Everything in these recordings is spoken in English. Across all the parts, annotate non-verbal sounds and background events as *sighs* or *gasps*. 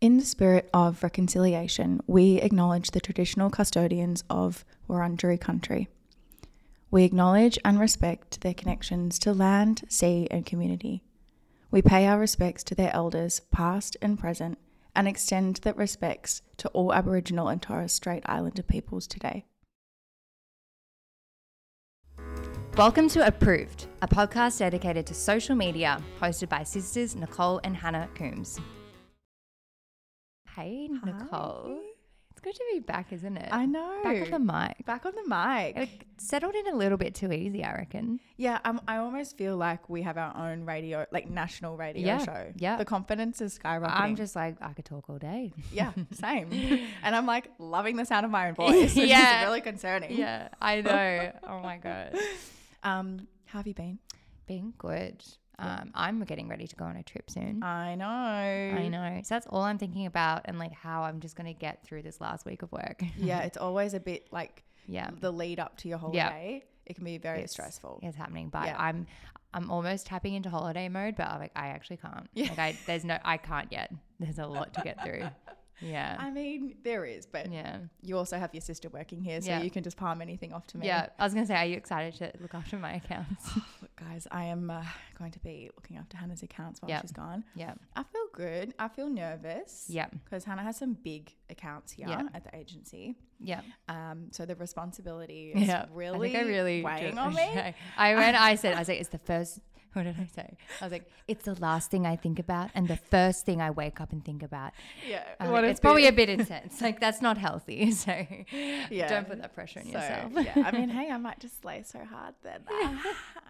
In the spirit of reconciliation, we acknowledge the traditional custodians of Wurundjeri country. We acknowledge and respect their connections to land, sea, and community. We pay our respects to their elders, past and present, and extend that respects to all Aboriginal and Torres Strait Islander peoples today. Welcome to Approved, a podcast dedicated to social media, hosted by sisters Nicole and Hannah Coombs. Hey, Nicole. It's good to be back, isn't it? I know. Back on the mic. Back on the mic. It settled in a little bit too easy, I reckon. Yeah, i I almost feel like we have our own radio, like national radio Yeah, show. yeah. The confidence is skyrocketing. I'm just like, I could talk all day. *laughs* yeah, same. and I'm like loving the sound of *laughs* my own voice. Which Yeah. is really concerning. Yeah, I *laughs* know. oh my God. Um, how have you been? Being good. Um, I'm getting ready to go on a trip soon. I know. Mm. I know. So that's all I'm thinking about and like how I'm just going to get through this last week of work. *laughs* Yeah, it's always a bit like yeah. the lead up to your holiday. It can be very stressful. It's happening, but Yeah. I'm I'm almost tapping into holiday mode, but I'm like I actually can't. Like I there's no I can't yet. There's a lot to *laughs* get through. Yeah. I mean, there is, but yeah. you also have your sister working here, so Yeah. you can just palm anything off to me. Yeah. I was gonna say, are you excited to look after my *laughs* accounts? Look, guys, I am uh, going to be looking after Hannah's accounts while Yeah. she's gone. yeah. I feel good. I feel nervous. Yeah. Because Hannah has some big accounts here Yeah. at the agency. Yeah. Um, so the responsibility is yeah. really, I think I really weighing did- *laughs* on *laughs* me. Okay. I when I said I was like, it's the first *laughs* what did I say? I was like, it's the last thing I think about and the first thing I wake up and think about. Yeah. I was What like, a it's probably bit. a bit intense. *laughs* Like that's not healthy. *laughs* So don't put that pressure on So, yourself. *laughs* yeah, I *laughs* mean, hey, I might just slay so hard that uh,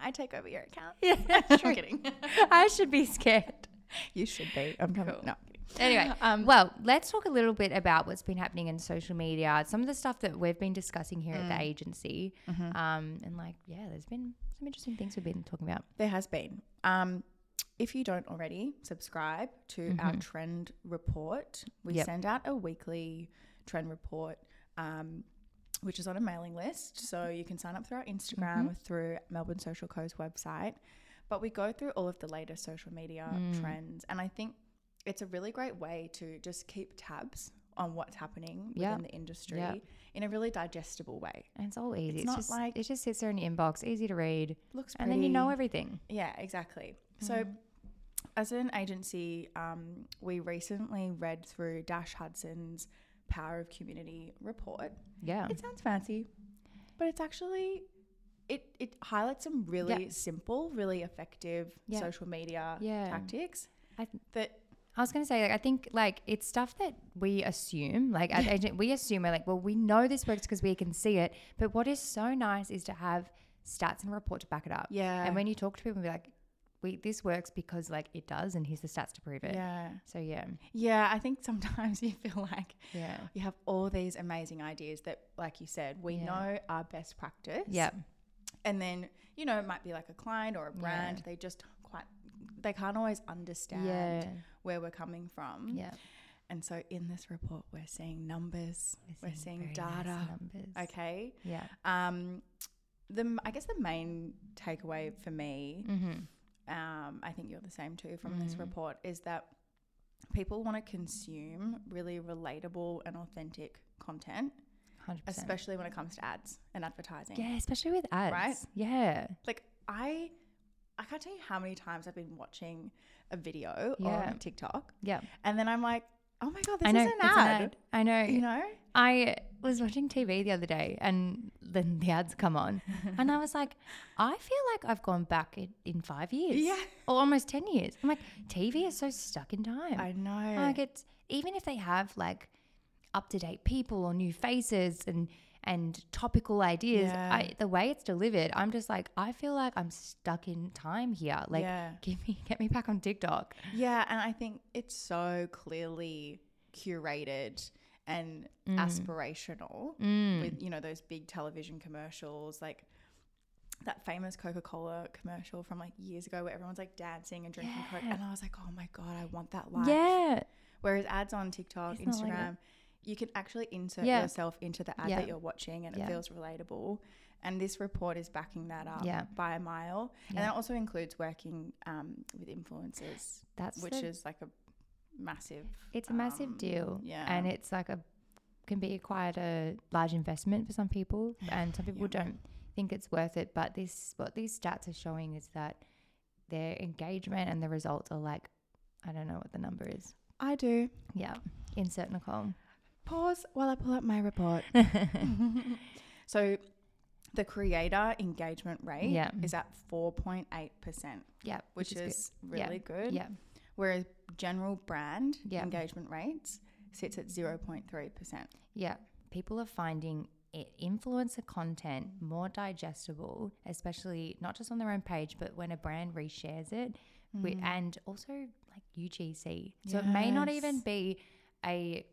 I take over your *laughs* account. Yeah, I'm kidding. *laughs* I should be scared. You should be. I'm coming. No, I'm kidding. Anyway, um, well, let's talk a little bit about what's been happening in social media, some of the stuff that we've been discussing here at the agency. Um, and like, yeah, there's been some interesting things we've been talking about. There has been. Um, if you don't already, subscribe to our trend report. We Mm-hmm. Yep. send out a weekly trend report, um, which is on a mailing list. So you can sign up through our Mm-hmm. Instagram, through Melbourne Social Co's website. But we go through all of the latest social media Mm. trends. And I think it's a really great way to just keep tabs on what's happening Yeah. within the industry Yeah. in a really digestible way. And it's all easy. It's, not just like- it just sits there in your inbox, easy to read, Looks and then you know everything. Yeah, exactly. So, Mm-hmm. as an agency, um, we recently read through Dash Hudson's Power of Community report. Yeah. It sounds fancy, but it's actually it it highlights some really simple, really effective Yeah. social media Yeah. tactics I- that I was gonna say, like, I think like it's stuff that we assume, like, as agent, we assume we're like, well, we know this works because we can see it. But what is so nice is to have stats and report to back it up. Yeah. And when you talk to people, and be like, we this works because like it does, and here's the stats to prove it. yeah So yeah, yeah I think sometimes *laughs* you feel like yeah, you have all these amazing ideas that like you said we Yeah. know are best practice yeah, and then you know it might be like a client or a brand they just quite they can't always understand yeah, where we're coming from yeah. and so in this report we're seeing numbers we're seeing, very nice data numbers. okay Yeah. um the m- i guess the main takeaway for me Mm-hmm. um i think you're the same too from Mm. this report is that people want to consume really relatable and authentic content Hundred percent. especially when it comes to ads and advertising Yeah, especially with ads. Right? Yeah. like I I can't tell you how many times I've been watching a video Yeah. on TikTok Yeah. and then I'm like, oh my god, this I know. is an it's ad. I know. You know? I was watching TV the other day and then the ads come *laughs* on. and I was like, I feel like I've gone back in, in five years. Yeah. Or almost 10 years. I'm like, TV is so stuck in time. I know. Like, it's even if they have like up to date people or new faces and, and topical ideas, Yeah. I, the way it's delivered, I'm just like, I feel like I'm stuck in time here. Like, Yeah. give me, get me back on TikTok. yeah, and I think it's so clearly curated and Mm. aspirational with, you know, those big television commercials like that famous Coca-Cola commercial from like years ago where everyone's like dancing and drinking Coke and I was like, "Oh my god, I want that life." Yeah. Whereas ads on TikTok, not like Instagram, you can actually insert Yeah. yourself into the ad Yeah. that you're watching and it Yeah. feels relatable. And this report is backing that up Yeah. by a mile. And Yeah. that also includes working um, with influencers, That's which the- is like a massive. It's a massive um, deal. yeah. And it's like a can be quite a large investment for some people and some people *sighs* Yeah. don't think it's worth it. But this what these stats are showing is that their engagement and the results are like I don't know what the number is. I do. Yeah. Insert Nicole. Pause while I pull up my report. *laughs* *laughs* so the creator engagement rate Yeah. is at 4.8%, Yeah. which, is, Yeah. really good. good. Yeah. Whereas general brand Yeah. engagement rates sits at 0.3%. Yeah. People are finding it influencer content more digestible, especially not just on their own page, but when a brand reshares it wi- and also like UGC. So it may not even Yes. be a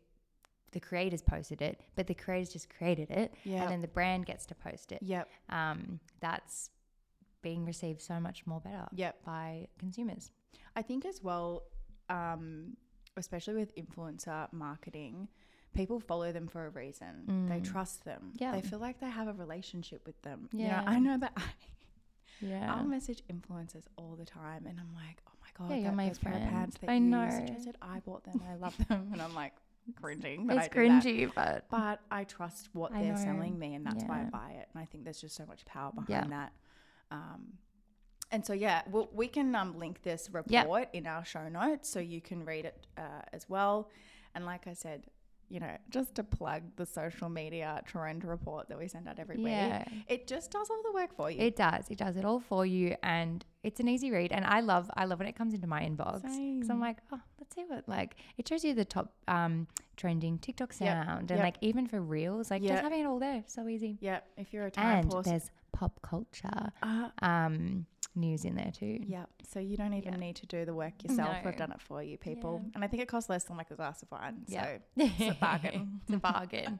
the creators posted it, but the creators just created it Yeah. and then the brand gets to post it. Yep. Um, that's being received so much more better Yep. by consumers. I think as well, um, especially with influencer marketing, people follow them for a reason. They trust them. Mm. Yeah. They feel like they have a relationship with them. Yeah. You know, I know that I, Yeah. I'll message influencers all the time and I'm like, oh my God, Yeah, you're that, my those pair of friend. pants that I you know. suggested, I bought them. I love them. *laughs* And I'm like cringing. that I it's do that. cringy, but But I trust what I they're know. selling me and that's why I Yeah. buy it. And I think there's just so much power behind Yeah. that. Um, and so, yeah, we'll, we can um, link this report Yeah. in our show notes so you can read it uh, as well. And like I said, you know, just to plug the social media trend report that we send out every Yeah. week, it just does all the work for you. It does. It does it all for you, and it's an easy read. And I love, I love when it comes into my inbox because Same. I'm like, oh, let's see what like it shows you the top um trending TikTok Yep. sound, and Yep. like even for reels, like Yep. just having it all there, so easy. yeah, if you're a time And horse, there's pop culture uh, um news in there too. yeah. So you don't even Yeah. need to do the work yourself. No. We've done it for you, people. Yeah. And I think it costs less than like a glass of wine. Yeah. So *laughs* it's a bargain. *laughs* it's a *laughs* bargain.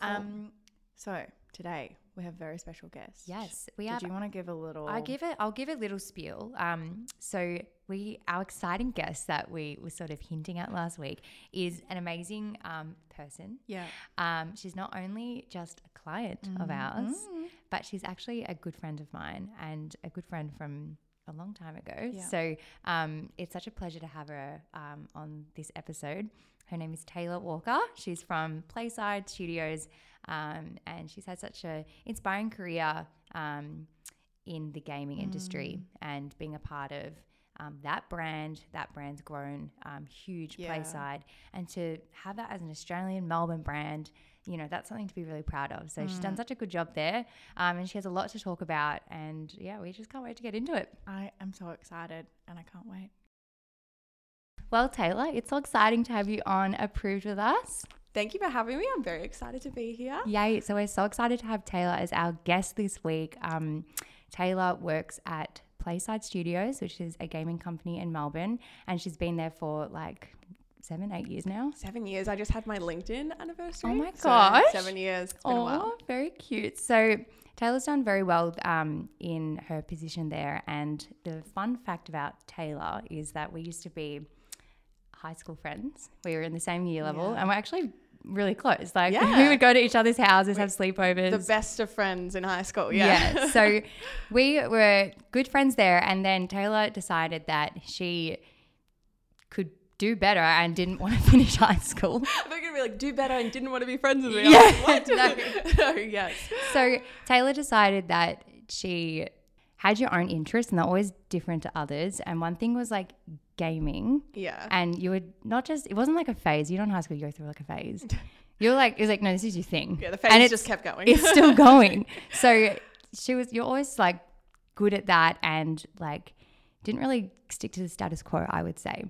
Um, so today we have a very special guest. yes, we Did have you want to give a little? I give it. I'll give a little spiel. Um, so we, our exciting guest that we were sort of hinting at last week, is an amazing um, person. Yeah. Mm-hmm. Um, she's not only just a client of ours, but she's actually a good friend of mine and a good friend from a long time ago. Yeah. So um, it's such a pleasure to have her um, on this episode. Her name is Taylor Walker. She's from Playside Studios, um, and she's had such an inspiring career um, in the gaming industry Mm. and being a part of um, that brand. That brand's grown um, huge Yeah. Playside, and to have that as an Australian Melbourne brand, you know, that's something to be really proud of. So she's done such a good job there, um, and she has a lot to talk about. And yeah, we just can't wait to get into it. I am so excited and I can't wait. Well, Taylor, it's so exciting to have you on Approved with us. Thank you for having me. I'm very excited to be here. Yay. So we're so excited to have Taylor as our guest this week. Um, Taylor works at Playside Studios, which is a gaming company in Melbourne, and she's been there for like seven, eight years now. Seven years. I just had my LinkedIn anniversary. Oh my So, gosh. seven years. It's been a while. Oh, very cute. So Taylor's done very well um, in her position there. And the fun fact about Taylor is that we used to be high school friends. We were in the same year level, and we're actually really close. Like *laughs* we Yeah. would go to each other's houses, have sleepovers. The best of friends in high school. Yeah. Yeah. So we were good friends there. And then Taylor decided that she could do better and didn't want to *laughs* finish high school. *laughs* I thought you were like, do better and didn't want to be friends with me. Yeah. Yeah. Like, *laughs* what? No. *laughs* so, yes. So Taylor decided that she had your own interests and they're always different to others. And one thing was like gaming. Yeah. And you would not just, it wasn't like a phase. You don't high school, you go through like a *laughs* phase. You're like, it's like, no, this is your thing. yeah. The And phase it's- just kept going. it's *laughs* still going. So she was, you're always like good at that and like didn't really stick to the status quo, I would say.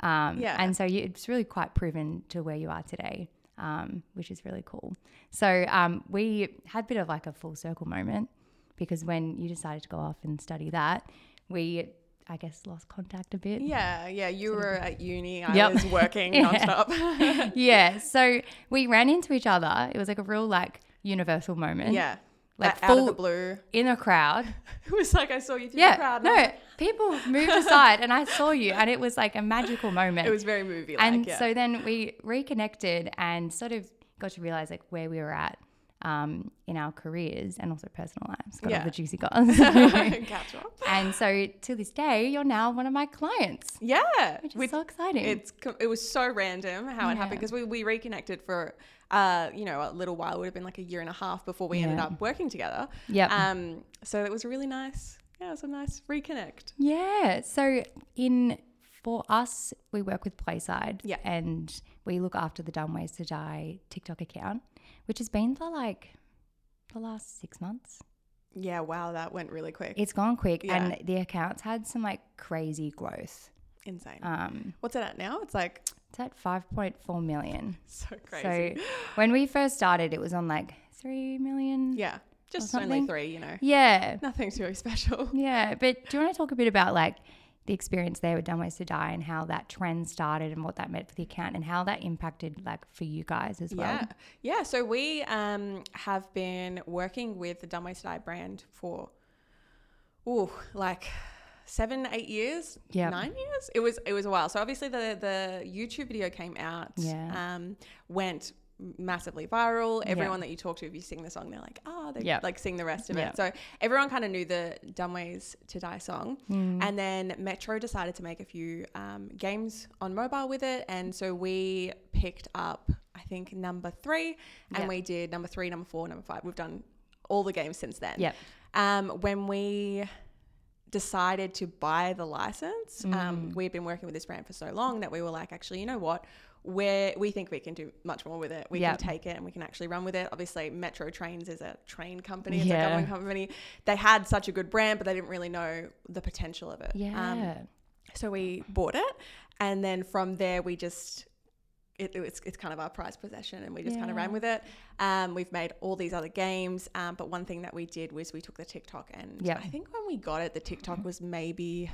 Um, Yeah. And so you, it's really quite proven to where you are today, um, which is really cool. So um, we had a bit of like a full circle moment because when you decided to go off and study that, we, I guess, lost contact a *laughs* bit. yeah. Yeah. You were at uni. I Yep. was *laughs* working Yeah. nonstop. yeah. So we ran into each other. It was like a real like universal moment. yeah. Like Like out of full- the blue. *laughs* In a crowd. It was like I saw you through Yeah. the crowd. and I was No, like- people *laughs* moved aside and I saw you and it was like a magical moment. It was very movie like. and yeah. so then we reconnected and sort of got to realize like where we were at um, in our careers and also personal lives. Got all Yeah. the juicy *laughs* goss. Catch up. and so to this day, you're now one of my clients, Yeah. which is With- so exciting. it's com- it was so random how it happened Yeah. because we, we reconnected for uh you know a little while it would have been like a year and a half before we ended Yeah. up working together Yep. um so it was really nice yeah it was a nice reconnect Yeah. So in for us, we work with Playside. Yeah. And we look after the Dumb Ways to Die TikTok account, which has been for like the last six months. yeah wow that went really quick It's gone quick. Yeah. And the account's had some like crazy growth. insane Um what's it at now it's like *laughs* it's at five point four million. so crazy *gasps* So when we first started it was on like three million. yeah just only something. three you know Yeah. nothing too special Yeah, but do you want to talk a bit about like the experience there with Dumb Ways to Die and how that trend started and what that meant for the account and how that impacted like for you guys as well? Yeah. Yeah. So we um, have been working with the Dumb Ways to Die brand for, ooh, like seven, eight years, Yep. nine years. It was, it was a while. So obviously the, the YouTube video came out, Yeah. um, went massively viral. Everyone that you talk to, if you sing the song, they're like, oh, they Yep. like sing the rest of Yeah. it. So everyone kind of knew the Dumb Ways to Die song. Mm. And um, then Metro decided to make a few um, games on mobile with it. And so we picked up, I think, number three, and Yeah. we did number three, number four, number five. We've done all the games since then. Yep. Um, when we decided to buy the license, Mm. um, we had been working with this brand for so long that we were like, actually, you know what? We're, we think we can do much more with it. We Yep. can take it and we can actually run with it. Obviously, Metro Trains is a train company, it's Yeah. a government company. They had such a good brand, but they didn't really know the potential of it. Um, Yeah. so we bought it, and then from there we just. It, it's, it's kind of our prized possession and we just kind of Yeah. ran with it um, we've made all these other games um, but one thing that we did was we took the tiktok and Yeah. i think when we got it the tiktok was maybe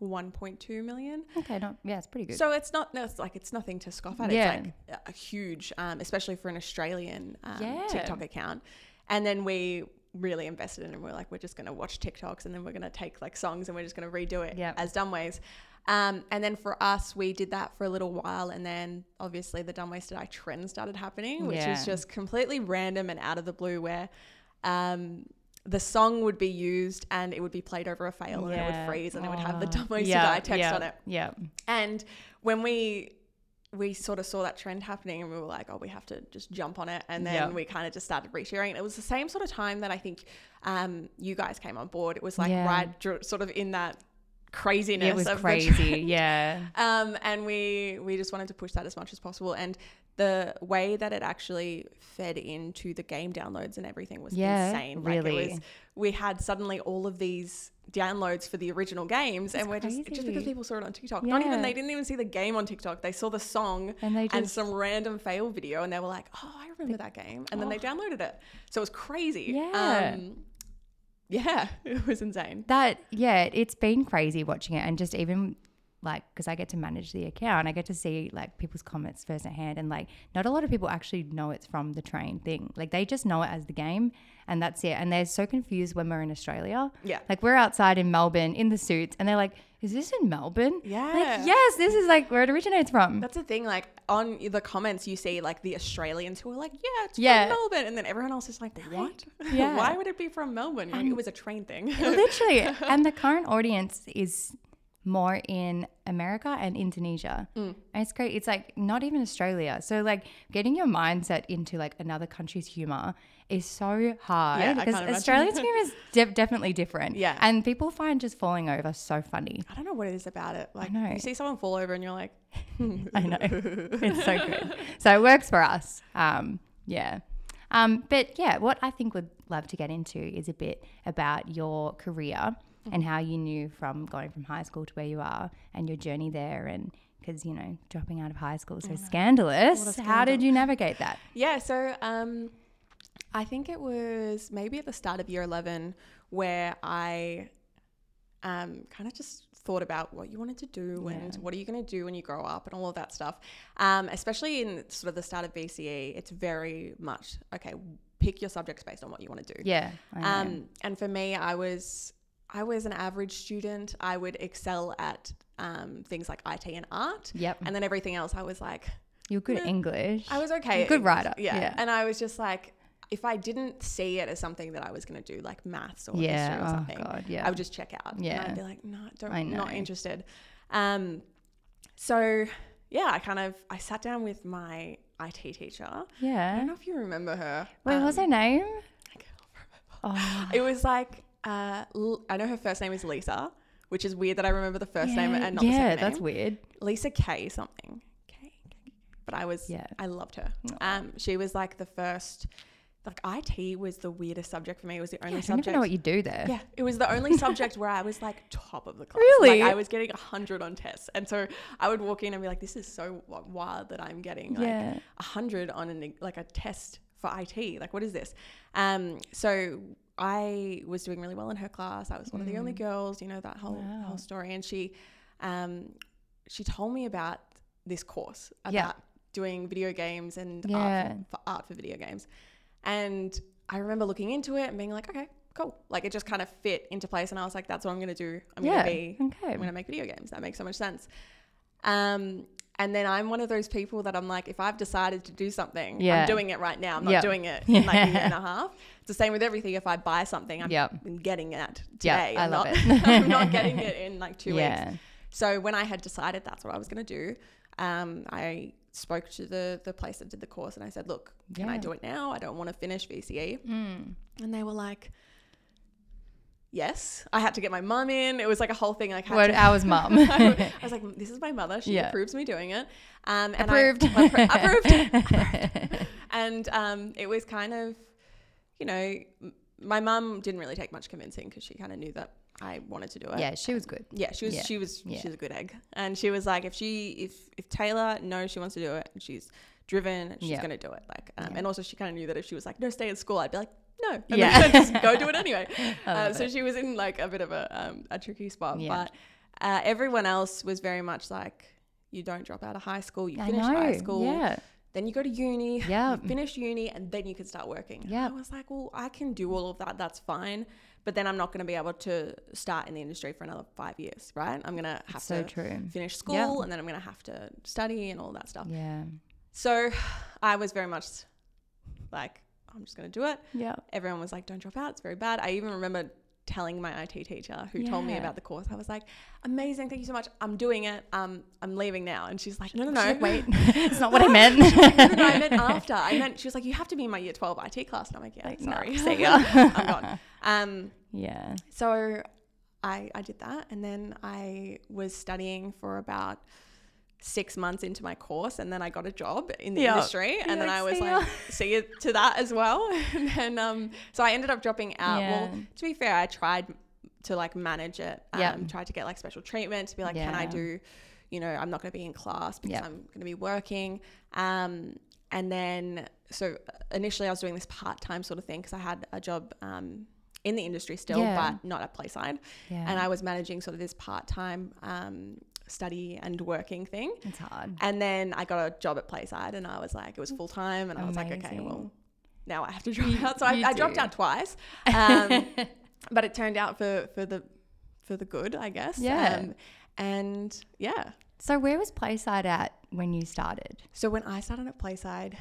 1.2 million okay. Not, yeah, it's pretty good. so it's not no, it's like it's nothing to scoff at. Yeah. It's like a- a huge, um, especially for an Australian um, Yeah. TikTok account. And then we really invested in it and we're like, we're just gonna watch TikToks and then we're gonna take like songs and we're just gonna redo it Yep. as dumb ways. Um, and then for us, we did that for a little while, and then obviously the dumb ways to die trend started happening, which Yeah. is just completely random and out of the blue, where um, the song would be used and it would be played over a fail and it Yeah. would freeze and it would have the Oh, dumb ways yeah, to die text yeah, on it. Yeah. And when we we sort of saw that trend happening and we were like, oh, we have to just jump on it. And then Yeah. we kind of just started resharing. It was the same sort of time that I think um, you guys came on board. It was like Yeah. right dr- sort of in that craziness It was of the crazy. trend. yeah. *laughs* Um, and we we just wanted to push that as much as possible. And the way that it actually fed into the game downloads and everything was Yeah, insane. really. it was, we had suddenly all of these downloads for the original games, and we're just just because crazy. people saw it on TikTok. Not even Yeah. they didn't even see the game on TikTok. They saw the song And they and just- some random fail video, and they were like, "Oh, I remember that game," and then they downloaded it. So it was crazy. Oh. Yeah. Um, yeah, *laughs* it was insane. That, yeah, it's been crazy watching it. And just even like, because I get to manage the account, I get to see like people's comments firsthand. And like, not a lot of people actually know it's from the train thing. Like, they just know it as the game and that's it. And they're so confused when we're in Australia. Yeah. Like, we're outside in Melbourne in the suits and they're like, is this in Melbourne? Yeah. Like, yes, this is like where it originates from. That's the thing. Like on the comments, you see like the Australians who are like, "Yeah, it's Yeah. from Melbourne," and then everyone else is like, "What? *laughs* Yeah. Why would it be from Melbourne? You're like, it was a train thing." *laughs* Literally. and the current audience is more in America and Indonesia. Mm. And it's great. It's like not even Australia. So like getting your mindset into like another country's humor is so hard Yeah, I because can't imagine. Australian's humor *laughs* is de- definitely different. Yeah. And people find just falling over so funny. I don't know what it is about it. Like know. you see someone fall over, and you're like, I know. it's so good. So it works for us. Um, yeah. Um, but yeah, what I think we'd love to get into is a bit about your career Mm-hmm. and how you knew from going from high school to where you are and your journey there and because you know dropping out of high school is so scandalous how did you navigate *laughs* that Yeah, so um, I think it was maybe at the start of year 11 where I um, kind of just thought about what you wanted to do and what are you going to do when you grow up and all of that stuff. Um, especially in sort of the start of BCE, it's very much, okay, pick your subjects based on what you want to do. yeah I know. Um, and for me, I was I was an average student. I would excel at um, things like IT and art. Yep. And then everything else, I was like, you're good at english I was okay. Good writer, Yeah. yeah. And I was just like, if I didn't see it as something that I was going to do, like maths or history or yeah. something, oh God. Yeah. I would just check out. And Yeah. I'd be like, no, don't, I not know. interested. Um, so yeah, I kind of, I sat down with my IT teacher. I yeah. don't know if you remember her. Wait, what was her name? I can't remember. Oh, It was like, uh, L- I know her first name is Lisa, which is weird that I remember the *laughs* first name yeah, and not yeah, the second name. that's weird. Lisa K something. K. K. But I was Yeah. I loved her. Um she was like the first like IT was the weirdest subject for me. It was the only Yeah, I don't subject. even know what you do there. yeah, it was *laughs* the only subject where I was like top of the class. Really? Like I was getting 100 on tests. And so I would walk in and be like this is so w- wild that I'm getting like Yeah. 100 on an like a test for IT. Like what is this? Um so I was doing really well in her class. I was one of the only girls, you know, that whole Mm. Wow. whole story and she um she told me about this course about Yeah. doing video games and Yeah. art for, for art for video games. And I remember looking into it and being like, okay, cool. Like it just kind of fit into place and I was like, that's what I'm gonna do. I'm yeah. gonna be okay. I'm gonna make video games. That makes so much sense. Um and then I'm one of those people that I'm like, if I've decided to do something, Yeah. I'm doing it right now. I'm not Yep. doing *laughs* it in like a year Yeah. and a half. It's the same with everything. If I buy something, I'm Yep. getting it Yep, today. I I'm love not, it. *laughs* I'm *laughs* not getting it in like two weeks. yeah. So when I had decided that's what I was going to do, um, I spoke to the the place that did the course and I said, "Look, can I Yeah. do it now? I don't want to finish VCE." Mm. And they were like, "Yes." I had to get my mum in. It was like a whole thing. Like, I had What to- hours, mum? *laughs* I *laughs* was like, "Mm, "This is my mother. She Yeah. approves me doing it." Um, and Approved. I, *laughs* appro- *laughs* approved. approved. and um, it was kind of, you know, m- my mum didn't really take much convincing because she kind of knew that I wanted to do it. yeah, she was good. Yeah, she was Yeah. she was Yeah. she's a good egg. And she was like if she if if Taylor knows she wants to do it and she's driven and she's Yeah. gonna do it. Like um, Yeah. and also she kinda knew that if she was like, No, stay at school, I'd be like, *laughs* No. And Yeah. then just go do it anyway. *laughs* I Uh, love so it. she was in like a bit of a um, a tricky spot. Yeah. But uh, everyone else was very much like you don't drop out of high school, you I finish know. high school, Yeah. then you go to uni, Yeah. you finish uni, and then you can start working. And Yeah. I was like, well, I can do all of that. That's fine. But then I'm not going to be able to start in the industry for another five years, right? I'm going to have It's so to true. finish school and then I'm going to have to study and all that stuff. Yeah. So I was very much like, I'm just going to do it. Yeah. Everyone was like, don't drop out. It's very bad. I even remember telling my IT teacher who told me Yeah. about the course. I was like, amazing. Thank you so much. I'm doing it. Um, I'm leaving now. And she's like, no, no, no. She's like, wait. *laughs* It's not what I meant. *laughs* *laughs* No, no, no, I meant after. I meant she was like, you have to be in my year twelve IT class, and I'm like, yeah, Like, no. sorry, see ya, *laughs* I'm gone. Um, yeah. so I I did that, and then I was studying for about six months into my course, and then I got a job in the Yeah. industry, and then like, I was "See ya." like, see you to that as well, *laughs* and then um, so I ended up dropping out. Yeah. Well, to be fair, I tried to like manage it. Um, Yeah. tried to get like special treatment to be like, can I Yeah. do? You know, I'm not going to be in class because Yeah. I'm going to be working. Um, and then, so uh, initially, I was doing this part time sort of thing because I had a job um, in the industry still, Yeah. but not at Playside. Yeah. And I was managing sort of this part time um, study and working thing. it's hard. And then I got a job at Playside and I was like, it was full time. And I was like, okay, Mm. Amazing. well, now I have to *laughs* drop out. So you I, I dropped do. *laughs* out twice. Um, but it turned out for, for the for the good, I guess. Yeah. Um, and yeah. So where was Playside at when you started? So when I started at Playside,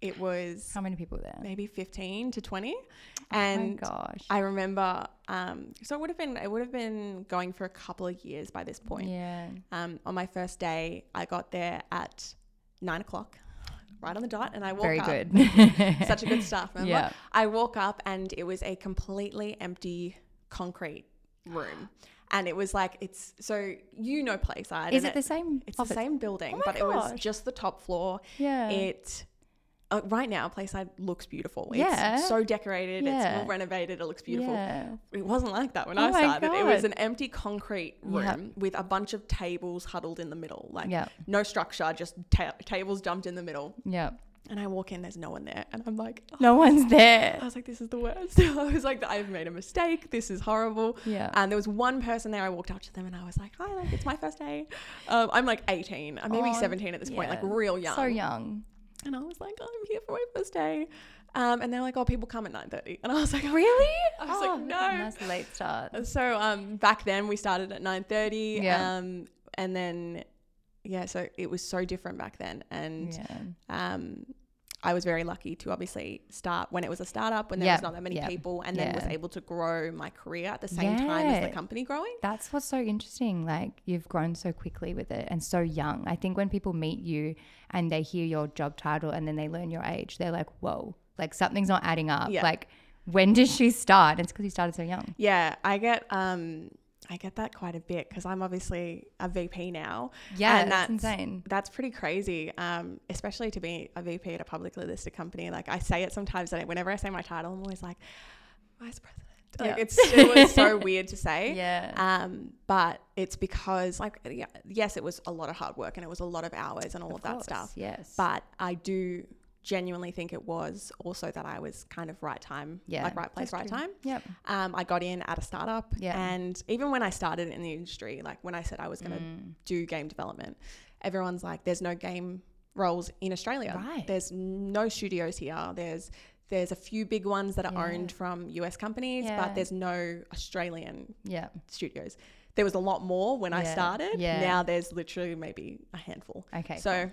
it was How many people were there? maybe 15 to 20. Oh my And gosh. I remember, um, so it would have been, it would have been going for a couple of years by this point. Yeah. Um, on my first day, I got there at nine o'clock, right on the dot, and I walk Very up. *laughs* good. Such a good staff member. Yeah. I walk up, and it was a completely empty concrete room, and it was like it's so you know *laughs* Playside. Is and it the same? It's the office? same building, Oh my but it was gosh. just the top floor. Yeah. It. Uh, right now, Playside looks beautiful. Yeah. It's so decorated. It's Yeah. all renovated. It looks beautiful Yeah. it wasn't like that when Oh I my started. It was God. an empty concrete room Yeah. with a bunch of tables huddled in the middle, like Yeah. no structure, just ta- tables dumped in the middle. Yeah. And I walk in, there's no one there, and I'm like, oh. *laughs* No one's there. I was like, this is the worst. *laughs* I was like, I've made a mistake. This is horrible. Yeah. And there was one person there. I walked up to them and I was like, hi, like it's my first day. Um, I'm like 18, I'm maybe Oh, 17 at this point, like yeah. real young. So young. And I was like, oh, I'm here for my first day. Um, and they're like, oh, people come at 9:30, *laughs* and I was like, Really? Oh, I was like, no. Nice late start. So um, back then we started at nine thirty. Yeah. Um, and then yeah, so it was so different back then, and Yeah. um, I was very lucky to obviously start when it was a startup, when there Yeah, was not that many yeah, people, and then yeah. was able to grow my career at the same time as Yeah. the company growing. That's what's so interesting. Like you've grown so quickly with it and so young. I think when people meet you and they hear your job title and then they learn your age, they're like, whoa, like something's not adding up. Yeah. Like, when *laughs* did she start? It's because you started so young. Yeah, I get um I get that quite a bit because I'm obviously a VP now. Yeah, and that's insane. That's pretty crazy, um, especially to be a VP at a publicly listed company. Like I say it sometimes, and whenever I say my title, I'm always like vice president. Like Yeah. it's still it's *laughs* so weird to say. Yeah. Um, but it's because like yeah, yes, it was a lot of hard work and it was a lot of hours and all of, that course, stuff. Yes. But I do genuinely think it was also that I was kind of right time, Yeah, like right place, right that's true. time. yep. Um, I got in at a startup, Yeah. and even when I started in the industry, like when I said I was going to Mm. do game development, everyone's like, "There's no game roles in Australia. Right. There's no studios here. There's there's a few big ones that are Yeah. owned from US companies, Yeah. but there's no Australian Yeah. studios. There was a lot more when I Yeah, started. yeah. Now there's literally maybe a handful. Okay. So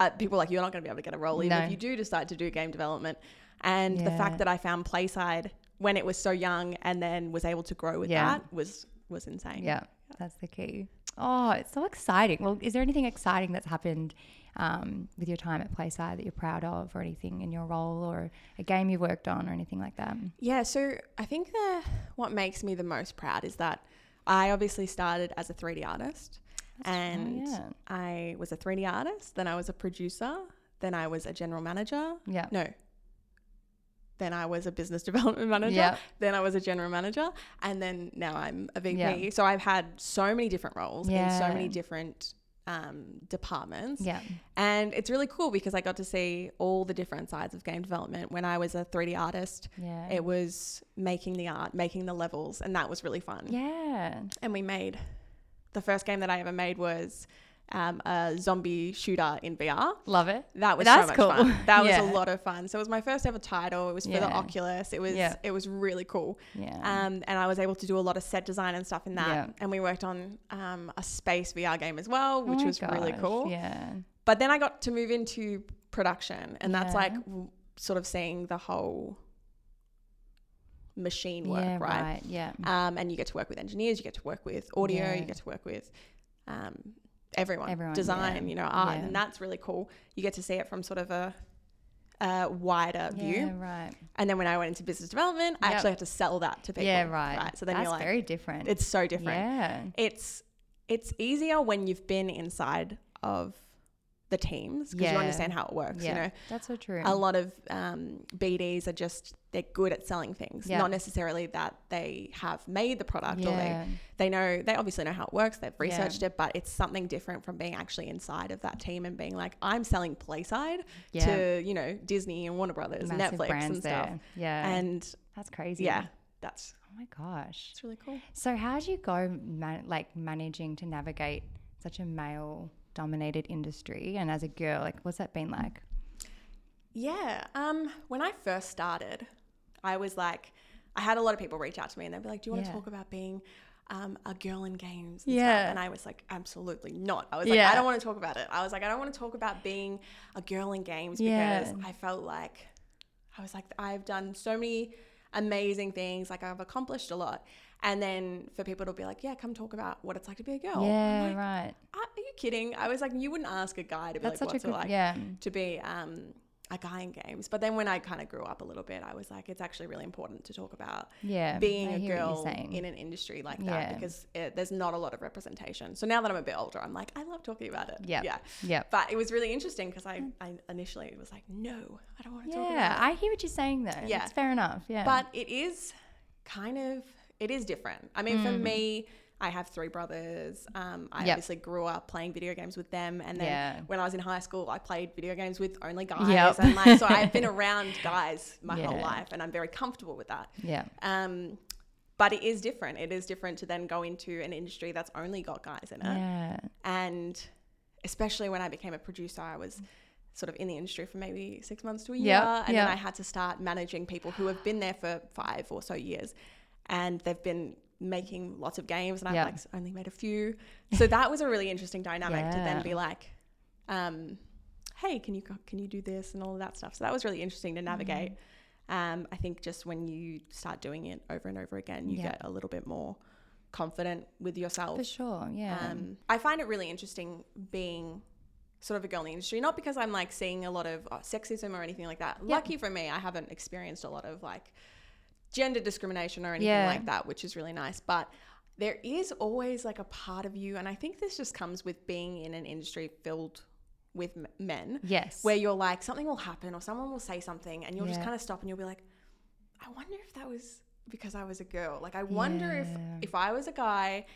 uh, people are like, you're not going to be able to get a role even No. if you do decide to do game development. And the Yeah. fact that I found Playside when it was so young and then was able to grow with Yeah. that was was insane. Yeah, that's the key. Oh, it's so exciting. Well, is there anything exciting that's happened um, with your time at Playside that you're proud of, or anything in your role, or a game you've worked on, or anything like that? Yeah, so I think the what makes me the most proud is that I obviously started as a 3D artist and yeah. I was a 3D artist, then I was a producer, then I was a general manager. Yeah. No. Then I was a business *laughs* development manager. Yeah. Then I was a general manager. And then now I'm a VP. Yeah. So I've had so many different roles in Yeah. so many different um, departments. Yeah. And it's really cool because I got to see all the different sides of game development. When I was a 3D artist, Yeah. it was making the art, making the levels, and that was really fun. yeah. And we made the first game that I ever made was um, a zombie shooter in VR. Love it. That was That's so much cool. *laughs* fun. That was Yeah. a lot of fun. So it was my first ever title. It was for the Yeah. Oculus. It was Yeah. it was really cool. Yeah. Um, and I was able to do a lot of set design and stuff in that. Yeah. And we worked on um, a space VR game as well, Oh which my was really gosh, cool. Yeah. But then I got to move into production, and that's Yeah. like w- sort of seeing the whole machine work, yeah. right? Yeah. Um, and you get to work with engineers, you get to work with audio, Yeah. you get to work with um, everyone, Everyone, design, yeah. you know, art, Yeah. and that's really cool. You get to see it from sort of a, a wider Yeah. Uh, view. Right. And then when I went into business development, I Yep. actually had to sell that to people. Yeah. Right. So then that's you're like, very different. it's so different. Yeah. It's it's easier when you've been inside of the teams because Yeah. you understand how it works. yeah. You know, that's so true. a lot of um, BDs are just they're good at selling things, Yeah. not necessarily that they have made the product or yeah. they they know they obviously know how it works. They've Yeah. researched it, but it's something different from being actually inside of that team and being like, I'm selling Playside Yeah. to you know Disney and Warner Brothers, Massive Netflix brands and stuff, there. Yeah. and that's crazy. yeah, that's Oh my gosh. it's really cool. So how do you go man- like managing to navigate such a male dominated industry and as a girl like what's that been like? Yeah. Um, when I first started, I was like, I had a lot of people reach out to me and they'd be like, "Do you want Yeah. to talk about being um, a girl in games?" And Yeah. Stuff? And I was like, "Absolutely not." I was like, Yeah. "I don't want to talk about it." I was like, "I don't want to talk about being a girl in games Yeah. because I felt like I was like, I've done so many amazing things. Like I've accomplished a lot." And then for people to be like, "Yeah, come talk about what it's like to be a girl." Oh, I'm yeah, like, right. "Ah, are you kidding? I was like, you wouldn't ask a guy to be That's such like, a what's good it like? yeah. to be um, a guy in games. But then when I kind of grew up a little bit, I was like, it's actually really important to talk about Yeah. being I a hear what you're girl saying. in an industry like that Yeah. because it, there's not a lot of representation. So now that I'm a bit older, I'm like, I love talking about it. Yep. Yeah. Yep. But it was really interesting because I, I initially was like, no, I don't want to talk Yeah, about it. I hear what you're saying though. Yeah. It's fair enough. Yeah. But it is kind of, it is different. I mean, for me, I have three brothers. Um, I Mm. Yep. obviously grew up playing video games with them, and then Yeah. when I was in high school, I played video games with only guys. Yep. And like, so *laughs* I've been around guys my whole Yeah. life, and I'm very comfortable with that. yeah. Um, but it is different. It is different to then go into an industry that's only got guys in it, Yeah. and especially when I became a producer, I was. Sort of in the industry for maybe six months to a year, Yep, and yep. then I had to start managing people who have been there for five or so years, and they've been making lots of games, and I've Yep. like only made a few. So that was a really interesting dynamic to Yeah. then be like, um, hey, can you co- can you do this and all of that stuff. So that was really interesting to navigate. Mm-hmm. Um, I think just when you start doing it over and over again, you Yeah. get a little bit more confident with yourself. For sure. Yeah. Um, I find it really interesting being sort of a girl in the industry, not because I'm like seeing a lot of uh, sexism or anything like that. Lucky for me, I haven't experienced a lot of like gender discrimination or anything Yeah. like that, which is really nice. But there is always like a part of you, and I think this just comes with being in an industry filled with m- men, yes. where you're like something will happen or someone will say something, and you'll just Yeah. kind of stop and you'll be like, I wonder if that was because I was a girl. Like I wonder Yeah. if if I was a guy.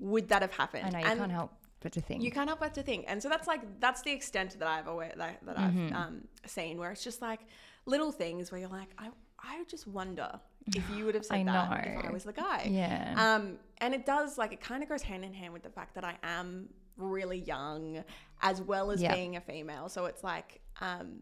Would that have happened? I know you And can't help but to think. you can't help but to think and so that's like that's the extent that i've always that, that i've Mm-hmm. um, seen where it's just like little things where you're like i i just wonder if you would have said I that if know. i was the guy yeah. um and it does like it kind of goes hand in hand with the fact that i am really young as well as Yeah. being a female so it's like um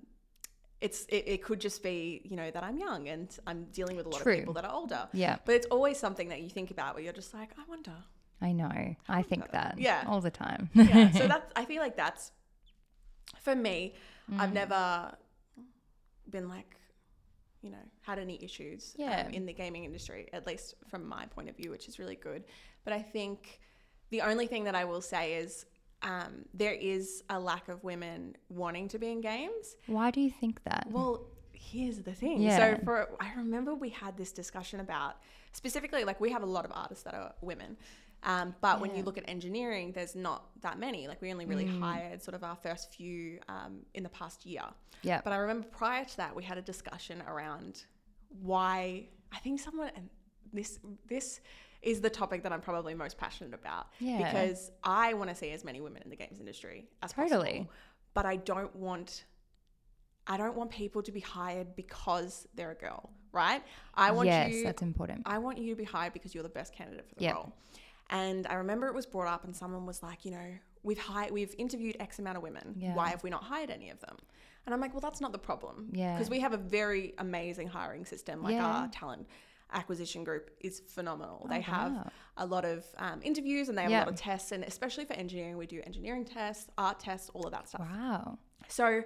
it's it, it could just be you know that i'm young and i'm dealing with a lot True. of people that are older yeah. but it's always something that you think about where you're just like i wonder I know. I think that. uh, Yeah. All the *laughs* time. yeah, so that's I feel like that's for me. I've never been like, you know, had any issues um, Yeah. in the gaming industry, at least from my point of view, which is really good. But I think the only thing that I will say is um, there is a lack of women wanting to be in games. Why do you think that? Well, here's the thing. Yeah. So for I remember we had this discussion about specifically like we have a lot of artists that are women. Um, but when you Yeah. Mm. look at engineering, there's not that many. Like we only really hired sort of our first few um, in the past year. yeah. But I remember prior to that, we had a discussion around why I think someone and this this is the topic that I'm probably most passionate about Yeah. because I want to see as many women in the games industry as Totally. possible. But I don't want I don't want people to be hired because they're a girl, right? I want yes, you that's important. I want you to be hired because you're the best candidate for the Yep. role. And I remember it was brought up and someone was like, you know, we've hired we've interviewed X amount of women. Yeah. Why have we not hired any of them? And I'm like, well, that's not the problem. Yeah. Because we have a very amazing hiring system. Like Yeah. our talent acquisition group is phenomenal. they have wow. a lot of um, interviews and they have Yeah. a lot of tests. And especially for engineering, we do engineering tests, art tests, all of that stuff. Wow. So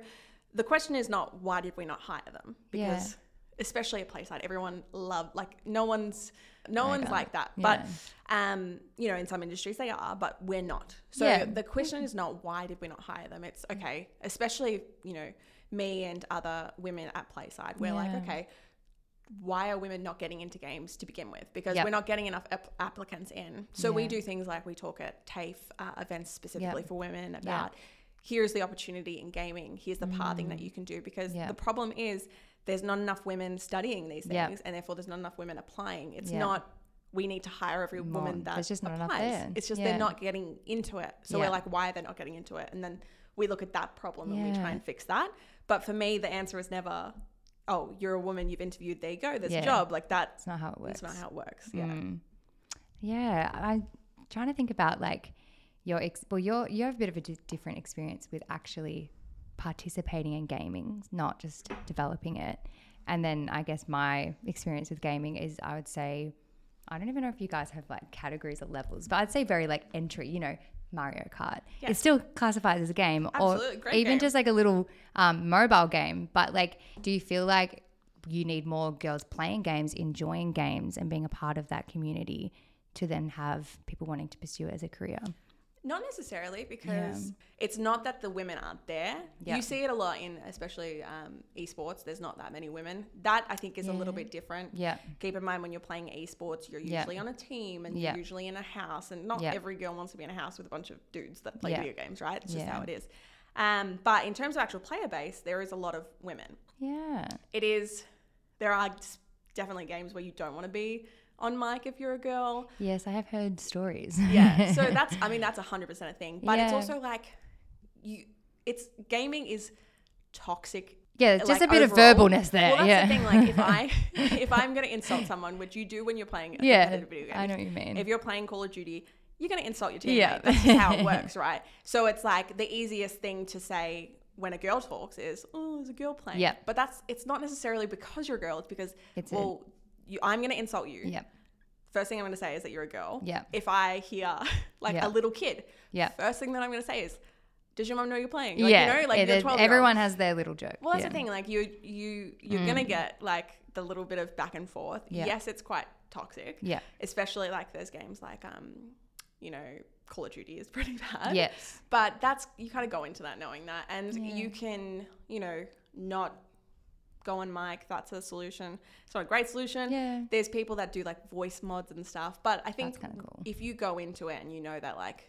the question is not why did we not hire them? Yeah. Because especially at Playside, everyone loved like no one's no I one's got like that. Yeah. But um, you know, in some industries they are, but we're not. So Yeah. the question is not why did we not hire them? It's okay, especially, you know, me and other women at Playside, we're like, Yeah. okay, why are women not getting into games to begin with? Because Yep. we're not getting enough ap- applicants in. So we Yeah. do things like we talk at TAFE uh, events specifically for women about Yeah. here's the opportunity in gaming, here's the pathing Mm. that you can do. Because Yeah. the problem is there's not enough women studying these Yeah. things, and therefore there's not enough women applying. It's Yeah. not we need to hire every woman Mon- that there's just not enough applies. there. It's just Yeah. they're not getting into it. So Yeah. we're like, why are they not getting into it? And then we look at that problem and we Yeah. try and fix that. But for me, the answer is never, oh, you're a woman, you've interviewed, there you go, there's Yeah. a job. Like that. That's not how it works. That's not how it works. Yeah. Mm. Yeah, I'm trying to think about like your ex- well, you're you have a bit of a di- different experience with actually participating in gaming, not just developing it. And then I guess my experience with gaming is I would say I don't even know if you guys have like categories or levels, but I'd say very like entry, you know, Mario Kart. Yeah. It still classifies as a game Absolutely, or great even game. just like a little um, mobile game. But like, do you feel like you need more girls playing games, enjoying games, and being a part of that community to then have people wanting to pursue it as a career? Not necessarily because it's not that the women aren't there. Yeah. You see it a lot in especially um, esports. There's not that many women. That I think is a little Yeah. bit different. Yeah, Keep in mind when you're playing esports, you're Yeah. usually on a team and Yeah. you're usually in a house, and not Yeah. every girl wants to be in a house with a bunch of dudes that play Yeah. video games, right? It's just Yeah. how it is. Um, but in terms of actual player base, there is a lot of women. yeah, It is. There are s- definitely games where you don't want to be on mic if you're a girl *laughs* yes. I have heard stories. *laughs* yeah so that's i mean that's 100% a thing but it's Yeah. also like you it's gaming is toxic yeah, just like, a bit overall. of verbalness there. well Eh, that's yeah, the thing like if i *laughs* if i'm going to insult someone which you do when you're playing *laughs* a yeah, competitive *laughs* video game I know what you mean. if you're playing call of duty you're going to insult your teammate Yeah. yeah. that's just *laughs* how it works right so it's like the easiest thing to say when a girl talks is oh there's a girl playing Yeah. but that's it's not necessarily because you're a girl it's because It's a- well you, i'm going to insult you yeah, first thing I'm going to say *laughs* is that you're a girl. Yeah. If I hear like Yeah. a little kid, Yeah. first thing that I'm going to say is does your mom know you're playing? Like, yeah, you know, like it you're is- 12 everyone has their little joke. Well, that's yeah. Mm. the thing. Like you, you, you're gonna get like the little bit of back and forth. Yeah. Yes, it's quite toxic, Yeah. especially like there's games like um, you know, Call of Duty is *laughs* pretty bad. Yes. But that's you kind of go into that knowing that, and Yeah. you can, you know, not go on mic. That's a solution. It's not a great solution. Yeah. There's people that do like voice mods and stuff, but I think That's kinda cool. if you go into it and you know that like.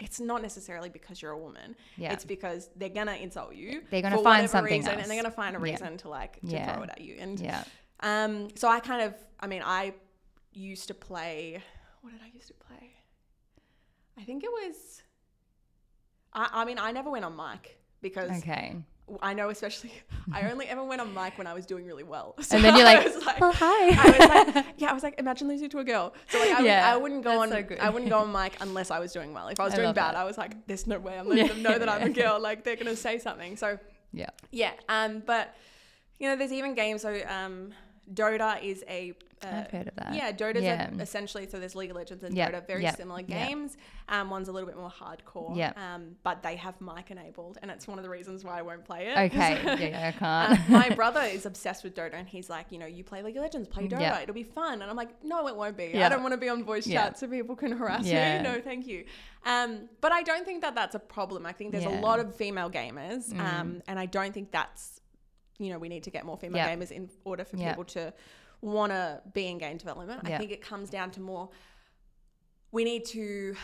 It's not necessarily because you're a woman. Yeah. It's because they're gonna insult you. They're gonna for find whatever something reason, else. and they're gonna find a Yeah. reason to like to Yeah. throw it at you. And Yeah. um, so I kind of, I mean, I used to play. What did I used to play? I think it was. I, I mean, I never went on mic because Okay. I know, especially, *laughs* I only ever went on mic when I was doing really well. *laughs* *laughs* So And then you're I like, was "Oh, hi." I *laughs* was like, uh, yeah, I was like, imagine losing to a girl. So like, I, Yeah, would, I wouldn't go on. that's so good. I wouldn't go *laughs* on mic unless I was doing well. If I was I doing love bad, that. I was like, there's no way I'm letting them know that I'm a Yeah. *laughs* girl. Like they're gonna say something. So Yeah. yeah, um, but you know, there's even games. So um, Dota is a uh, I've heard of that. yeah, Dota's Yeah. a, essentially so there's League of Legends and Yep, Dota, very yep, similar yep. games. Um, one's a little bit more hardcore. Yep. Um, but they have mic enabled, and it's one of the reasons why I won't play it. 'cause, *laughs* Okay. yeah, yeah, I um, can't. *laughs* my brother is obsessed with Dota, and he's like, you know, you play League of Legends, play Dota, Yeah. it'll be fun. And I'm like, no, it won't be. Yeah. I don't want to be on voice Yeah. chat so people can harass Yeah. me. No, thank you. Um, but I don't think that that's a problem. I think there's Yeah. Mm. a lot of female gamers, um, and I don't think that's, you know, we need to get more female Yeah. gamers in order for Yeah. people to want to be in game development. Yeah. I think it comes down to more. We need to.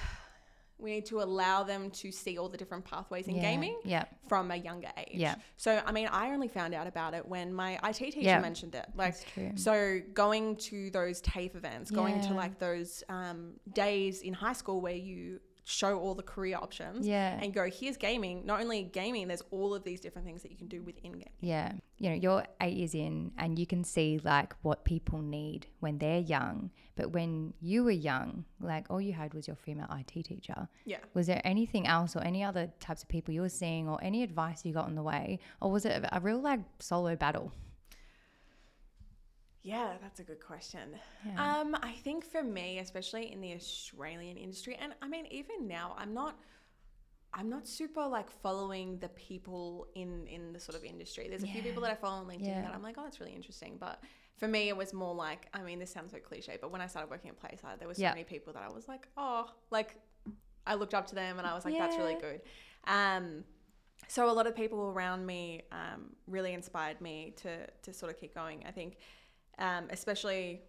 We need to allow them to see all the different pathways in Yeah, gaming Yeah. from a younger age. Yeah. So I mean, I only found out about it when my IT teacher Yeah. mentioned it. Like, That's true. so going to those TAFE events, going to Yeah. like those um, days in high school where you show all the career options. Yeah. And go, here's gaming. Not only gaming, there's all of these different things that you can do within gaming. Yeah. You know, you're eight years in and you can see like what people need when they're young. But when you were young, like all you had was your female IT teacher. Yeah. Was there anything else or any other types of people you were seeing or any advice you got on the way? Or was it a real like solo battle? Yeah, that's a good question. Yeah. Um, I think for me, especially in the Australian industry, and I mean even now, I'm not I'm not super like following the people in in the sort of industry. There's a few people that I follow on LinkedIn Yeah. that I'm like, oh, that's really interesting. But for me, it was more like, I mean, this sounds so cliche, but when I started working at Playside, there were so Yeah. many people that I was like, oh, like I looked up to them and I was like, that's really Yeah. good. Um, so a lot of people around me um, really inspired me to to sort of keep going. I think, um, especially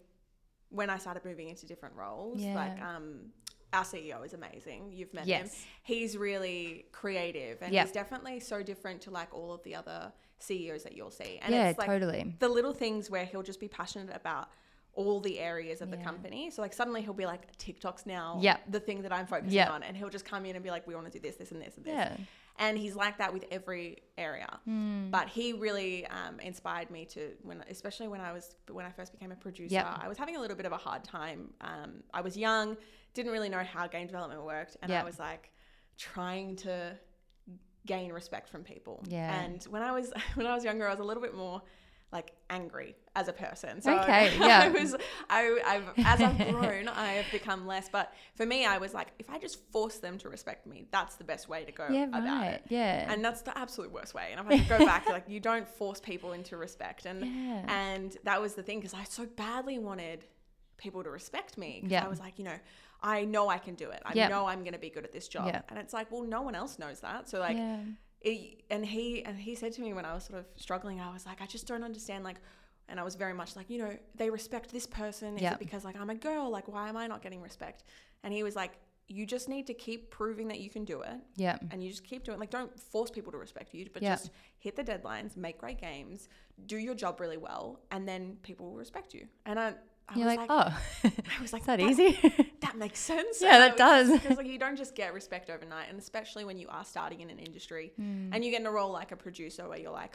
when I started moving into different roles, Yeah. like um, our CEO is amazing. You've met him. Yes. He's really creative, and Yeah. he's definitely so different to like all of the other CEOs that you'll see. And yeah, it's like totally. the little things where he'll just be passionate about all the areas of the Yeah. company. So like suddenly he'll be like TikTok's now Yeah. the thing that I'm focusing Yeah. on and he'll just come in and be like we want to do this this and this and this. Yeah. Hmm. And he's like that with every area. But he really um, inspired me to when especially when I was when I first became a producer, Yep. I was having a little bit of a hard time. Um, I was young, didn't really know how game development worked and Yep. I was like trying to gain respect from people. Yeah. And when I was *laughs* when I was younger, I was a little bit more like angry as a person. So Okay, *laughs* I yeah. was I I've *laughs* as I've grown, I have become less. But for me, I was like, if I just force them to respect me, that's the best way to go Yeah, about right. it. Yeah. And that's the absolute worst way. And I've had to go back to like you don't force people into respect. And Yeah. and that was the thing because I so badly wanted people to respect me. 'cause Yeah. I was like, you know, I know I can do it. I Yeah. know I'm going to be good at this job. Yeah. And it's like, well, no one else knows that. So like yeah. it, and he and he said to me when I was sort of struggling, I was like, I just don't understand, like, and I was very much like, you know, they respect this person. Is Yeah. it because like I'm a girl? Like, why am I not getting respect? And he was like, you just need to keep proving that you can do it, Yeah. and you just keep doing. Like, don't force people to respect you, but Yeah. just hit the deadlines, make great games, do your job really well, and then people will respect you. And I, I You're was like, oh, I was *laughs* like, it's that "That- easy. *laughs* that makes sense. Yeah, And that I was- does. Because like you don't just get respect overnight, and especially when you are starting in an industry Hmm. and you get in a role like a producer where you're like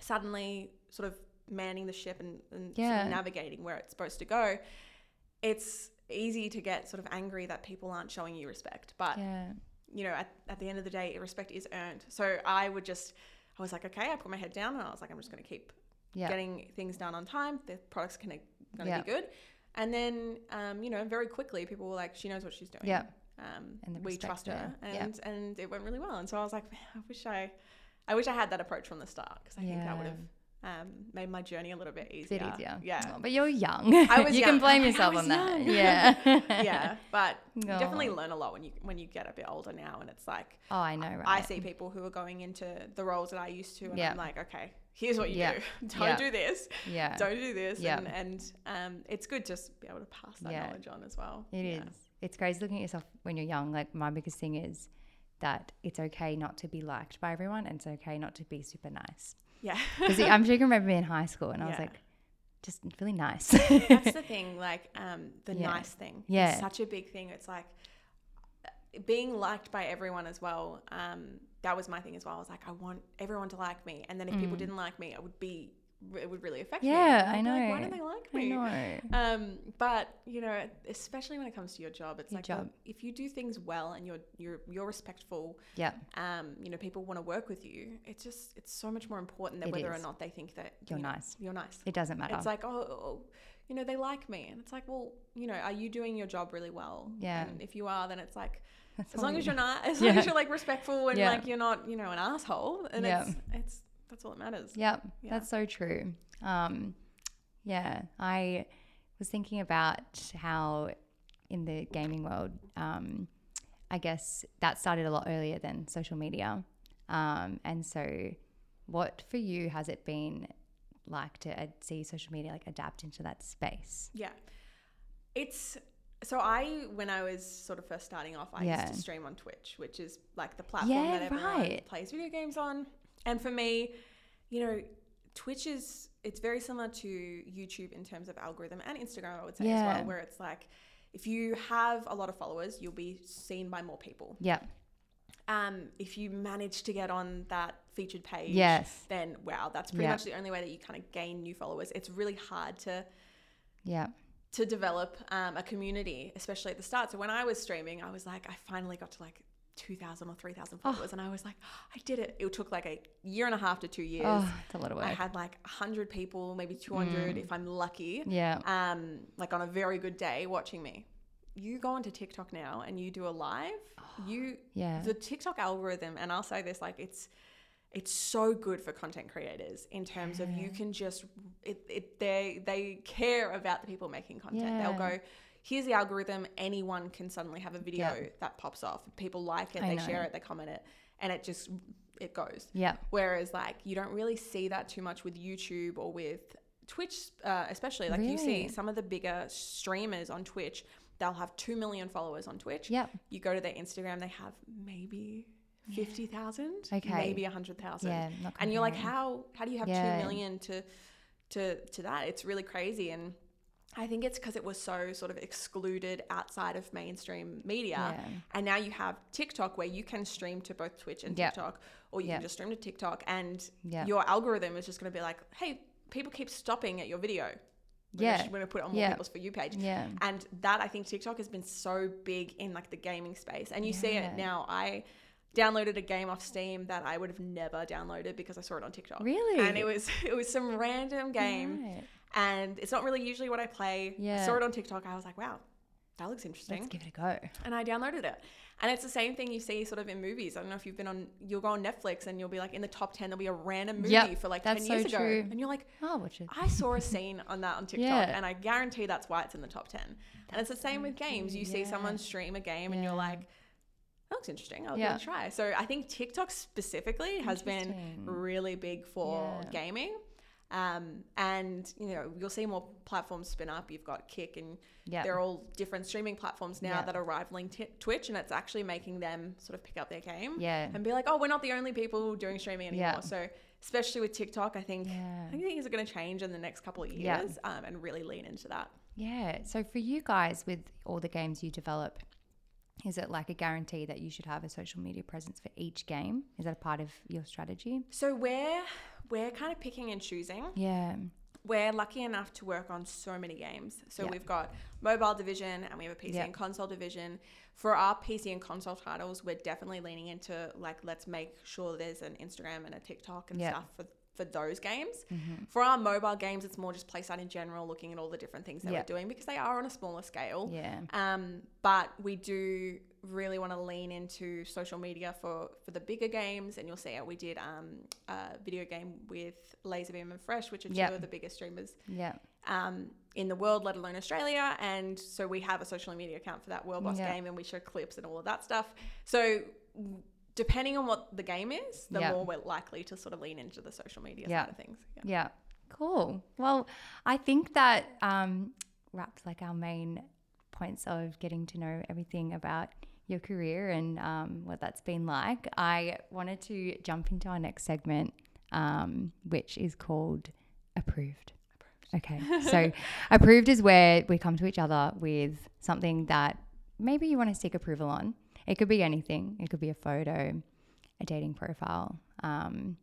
suddenly sort of manning the ship and, and sort Yeah. of navigating where it's supposed to go. It's easy to get sort of angry that people aren't showing you respect, *laughs* but yeah. you know, at, at the end of the day, respect is earned. So I would just, I was like, okay, I put my head down and I was like, I'm just going to keep Yeah. getting things done on time. The product's going to Yeah. be good. And then, um, you know, very quickly people were like, she knows what she's doing. Yeah. um, And the we respect trust her, her. Yeah. and and it went really well. And so I was like, "Man, I wish I, I wish I had that approach from the start because I think that would have um, made my journey a little bit easier. bit easier. Yeah, *laughs* *laughs* Oh, but you're young. I *laughs* was you can young. blame I'm like, I yourself was on that. young. *laughs* Yeah. yeah. But you No. definitely learn a lot when you when you get a bit older now, and it's like Oh, I know, right? I see people who are going into the roles that I used to, and Yeah. I'm like, okay, here's what you Yeah. do. *laughs* Don't Yeah. do this. Yeah. Don't do this. Yeah. And, and um, it's good just to be able to pass that Yeah. knowledge on as well. It is. It's crazy looking at yourself when you're young. Like my biggest thing is that it's okay not to be liked by everyone, and it's okay not to be super nice. Yeah. *laughs* Because I'm sure you can remember me in high school, and I was Yeah. like, just really nice. *laughs* That's the thing, like um, the Yeah. nice thing. It's Yeah. such a big thing. It's like uh, being liked by everyone as well. Um, that was my thing as well. I was like, I want everyone to like me. And then if people didn't like me, I would be, it would really affect me. Mm. Yeah, And I I'd be Like, know. Why don't they like I me? know. Um, but you know, especially when it comes to your job, it's Your like job. if you do things well and you're you're you're respectful, Yeah. um, you know, people want to work with you. It's just it's so much more important than It whether is. or not they think that You're you know, nice. You're nice. It doesn't matter. It's like, oh, oh, you know, they like me. And it's like, well, you know, are you doing your job really well? Yeah. And if you are, then it's like, *laughs* That's as all long you- as you're not, *laughs* as Yeah. long as you're like respectful and Yeah. like you're not, you know, an asshole. And Yeah. it's, it's, that's all that matters. Yep, Yeah. that's so true. Um, yeah, I was thinking about how in the gaming world, um, I guess that started a lot earlier than social media. Um, and so, what for you has it been like to uh, see social media like adapt into that space? Yeah. It's so I when I was sort of first starting off, I Yeah. used to stream on Twitch, which is like the platform Yeah, that everyone right. plays video games on. And for me, you know, Twitch is it's very similar to YouTube in terms of algorithm and Instagram, I would say as Yeah. well, where it's like if you have a lot of followers, you'll be seen by more people. Yeah, Um, if you manage to get on that featured page, Yes. then wow, that's pretty Yeah. much the only way that you kind of gain new followers. It's really hard to yeah, to develop um, a community, especially at the start. So when I was streaming, I was like, I finally got to like 2,000 or 3,000 followers, and I was like, *gasps* I did it. It took like a year and a half to two years. oh, it's a lot of I work. had like 100 people, maybe 200 if I'm lucky, Yeah, um, like on a very good day watching me. You go onto TikTok now and you do a live, you yeah, the TikTok algorithm, and I'll say this like it's it's so good for content creators in terms of you can just it, it they they care about the people making content. They'll Yeah. go, here's the algorithm. Anyone can suddenly have a video that pops off. People like it, I they know. share it, they comment it, and it just it goes. yeah, Whereas like you don't really see that too much with YouTube or with Twitch, uh, especially like you Really? see some of the bigger streamers on Twitch. They'll have two million followers on Twitch. Yep. You go to their Instagram, they have maybe fifty thousand, Okay. maybe hundred thousand. yeah. Not And you're like, comparing. how how do you have Yeah. two million to to to that? It's really crazy. And I think it's because it was so sort of excluded outside of mainstream media. Yeah. And now you have TikTok where you can stream to both Twitch and Yep. TikTok, or you Yep. can just stream to TikTok, and Yep. your algorithm is just going to be like, hey, people keep stopping at your video. We're Yeah. gonna- We're going to put it on more Yeah. people's For You page. *laughs* Yeah. And that, I think TikTok has been so big in like the gaming space. And you see Yeah. it now. I downloaded a game off Steam that I would have never downloaded because I saw it on TikTok. Really? And it was *laughs* it was some random game Right. and it's not really usually what I play. Yeah. I saw it on TikTok. I was like, wow, that looks interesting. Let's give it a go. And I downloaded it. And it's the same thing you see sort of in movies. I don't know if you've been on, you'll go on Netflix and you'll be like in the top 10, there'll be a random movie Yep, for like that's 10 years so ago. true. And you're like, I'll watch it. I saw a scene on that on TikTok Yeah. and I guarantee that's why it's in the top 10. and it's the same with games. You see yeah. someone stream a game and you're Yeah. like, that looks interesting. I'll Yeah. give it a try. So I think TikTok specifically has been Interesting. really big for Yeah. gaming. Um, and you know you'll see more platforms spin up. You've got Kick, and Yeah. they're all different streaming platforms now Yeah. that are rivaling t- Twitch, and it's actually making them sort of pick up their game Yeah. and be like, oh, we're not the only people doing streaming anymore. Yeah. So especially with TikTok, I think Yeah. I think things are going to change in the next couple of years Yeah. um, and really lean into that. Yeah. So for you guys, with all the games you develop, is it like a guarantee that you should have a social media presence for each game? Is that a part of your strategy? So we're we're kind of picking and choosing. Yeah. We're lucky enough to work on so many games. So Yeah. we've got mobile division and we have a PC Yeah. and console division. For our PC and console titles, we're definitely leaning into like let's make sure there's an Instagram and a TikTok and Yeah. Mm-hmm. stuff for for those games. For our mobile games, it's more just PlaySide in general, looking at all the different things that Yeah. Oh. we're doing because they are on a smaller scale. Yeah. Um, but Um, we do really want to lean into social media for for the bigger games, and you'll see how we did um, a video game with Laserbeam and Fresh, which are two Yep. of the biggest streamers Yeah. um, in the world, let alone Australia. And so we have a social media account for that World Boss Yeah. game and we show clips and all of that stuff. So w- depending on what the game is, the Yeah. more we're likely to sort of lean into the social media Yeah. side of things. Yeah. Yeah. Cool. Well, I think that um, wraps like our main points of getting to know everything about your career and um, what that's been like. I wanted to jump into our next segment, um, which is called Approved. Okay. So, *laughs* approved is where we come to each other with something that maybe you want to seek approval on. It could be anything, it could be a photo, a dating profile, um,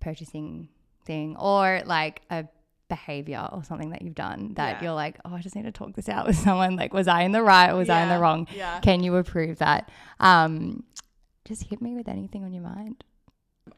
purchasing thing, or like a behavior or something that you've done that Yeah. you're like, oh, I just need to talk this out *laughs* with someone. Like, was I in the right or was I in the Yeah. wrong? Yeah. Can you approve that? Um, just hit me with anything on your mind.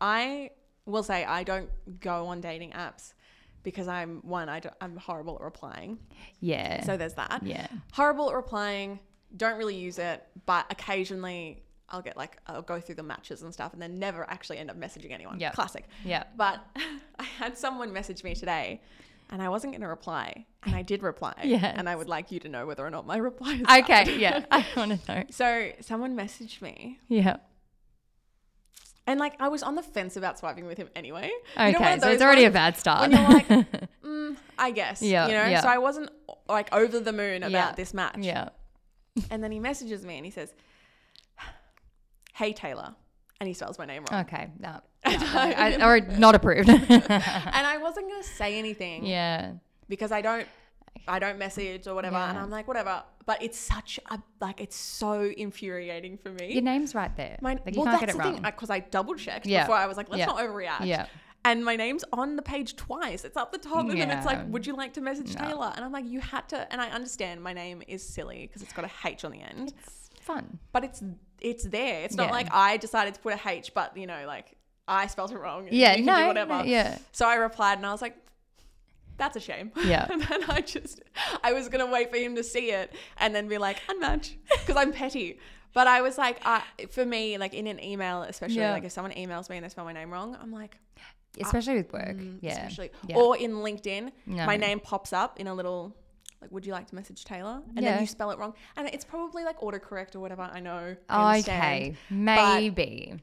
I will say I don't go on dating apps because I'm one, I don't, I'm horrible at replying. Yeah. So there's that. yeah. horrible at replying don't really use it but occasionally i'll get like i'll go through the matches and stuff and then never actually end up messaging anyone Yep. classic Yeah. but *laughs* i had someone message me today and i wasn't going to reply and i did reply *laughs* Yes. and i would like you to know whether or not my *laughs* reply is valid. Okay. Yeah. *laughs* I want to know. so someone messaged me Yeah. and like i was on the fence about swiping with him anyway Okay. You know, one of so it's those already a ones bad start. when *laughs* you're like mm, i guess Yeah, you know yeah. so i wasn't like over the moon *laughs* about Yeah, this match yeah. And then he messages me and he says, Hey, Taylor. And he spells my name wrong. Okay. No. *laughs* no, no, *laughs* I, or not approved. And I wasn't going to say anything yeah. because I don't. I don't message or whatever, and Yeah. I'm like, whatever. But it's such a like, it's so infuriating for me. Your name's right there. my, like, you well, can't that's get it the wrong. thing because I double checked Yeah. before. I was like, let's Yeah. not overreact. yeah. And my name's on the page twice. It's up the top, and then Yeah. it's like, would you like to message No. Taylor? And I'm like, you had to. And I understand my name is silly because it's got a H on the end. It's fun. but it's it's there. It's not Yeah. like I decided to put a H, but you know, like I spelled it wrong. and Yeah. you can No. do whatever. no, Yeah. So I replied and I was like, "That's a shame." *laughs* Yeah. and then I just I was gonna wait for him to see it and then be like *laughs* unmatch because I'm petty. But I was like, I, for me, like in an email, especially Yeah. like if someone emails me and they spell my name wrong, I'm like, Especially with work. mm, yeah. especially. Yeah. Or in LinkedIn, No. my name pops up in a little. Like, would you like to message Taylor? And Yeah. then you spell it wrong. And it's probably like autocorrect or whatever. I know. I understand Okay. Maybe.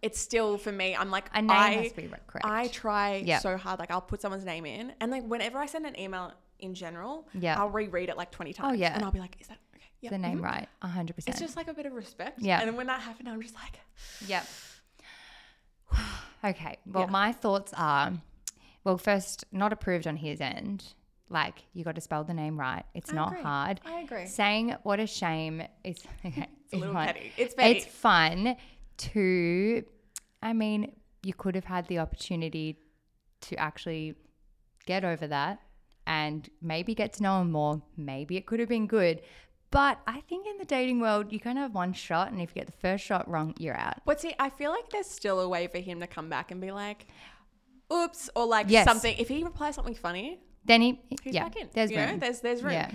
it's still for me. I'm like A name I has to be correct. I try Yeah. so hard. Like I'll put someone's name in, and like whenever I send an email in general, Yeah. Oh, I'll reread it like 20 times. yeah. and I'll be like, is that okay? Yeah, the name mhm." right. A hundred It's percent. just like a bit of respect. Yeah. and then when that happened, I'm just like, Yep. *sighs* okay. Well, Yeah. my thoughts are well, first, not approved on his end. Like, you got to spell the name right. It's I not agree. hard. I agree. Saying what a shame is *laughs* okay. It's a little fine. petty. It's petty. It's fun to, I mean, you could have had the opportunity to actually get over that and maybe get to know him more. Maybe it could have been good. But I think in the dating world, you kind of have one shot, and if you get the first shot wrong, you're out. but see, I feel like there's still a way for him to come back and be like, oops, or like Yes. something. If he replies something funny, Then he, he's yeah, back in. there's you know? room. There's there's room. Yeah,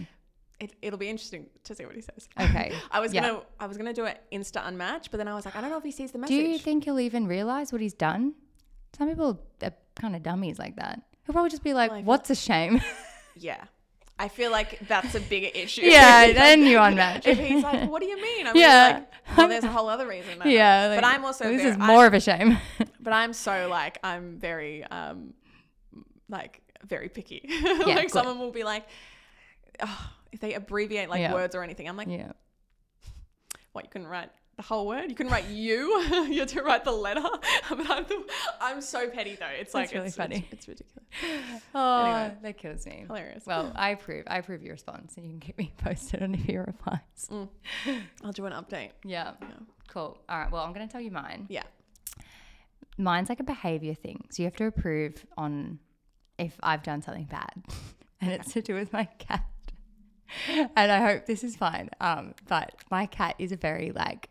It, it'll be interesting to see what he says. okay. *laughs* I was Yeah. gonna I was gonna do an Insta unmatch, but then I was like, I don't know if he sees the Do message. you think he'll even realize what he's done? Some people are kind of dummies like that. He'll probably just be like, Like- "What's a *laughs* shame." Yeah. I feel like that's a bigger issue. *laughs* yeah, *laughs* then you unmatch. if he's like, what do you mean? I'm Yeah. yeah. like, well, there's a whole other reason. I know." *laughs* yeah, But like, I'm also this very, is more of a *laughs* shame. I'm, but I'm so like, I'm very, um, like very picky. *laughs* like good. someone will be like, oh, if they abbreviate like Yeah. words or anything, I'm like, yeah, what? You couldn't write the whole word. You couldn't write you. *laughs* you had to write the letter. *laughs* but I'm, the, I'm so petty though. It's like, really it's, funny. *laughs* It's, it's ridiculous. oh, Anyway. that kills me. *laughs* Hilarious. Well, I approve. I approve your response, and you can keep me *laughs* posted on if your replies. I'll do an update. Mm. Yeah, cool. All right. Well, I'm gonna tell you mine. Yeah. mine's like a behavior thing. So you have to approve on if I've done something bad, *laughs* and it's to do with my cat. *laughs* And I hope this is fine. Um, but my cat is a very like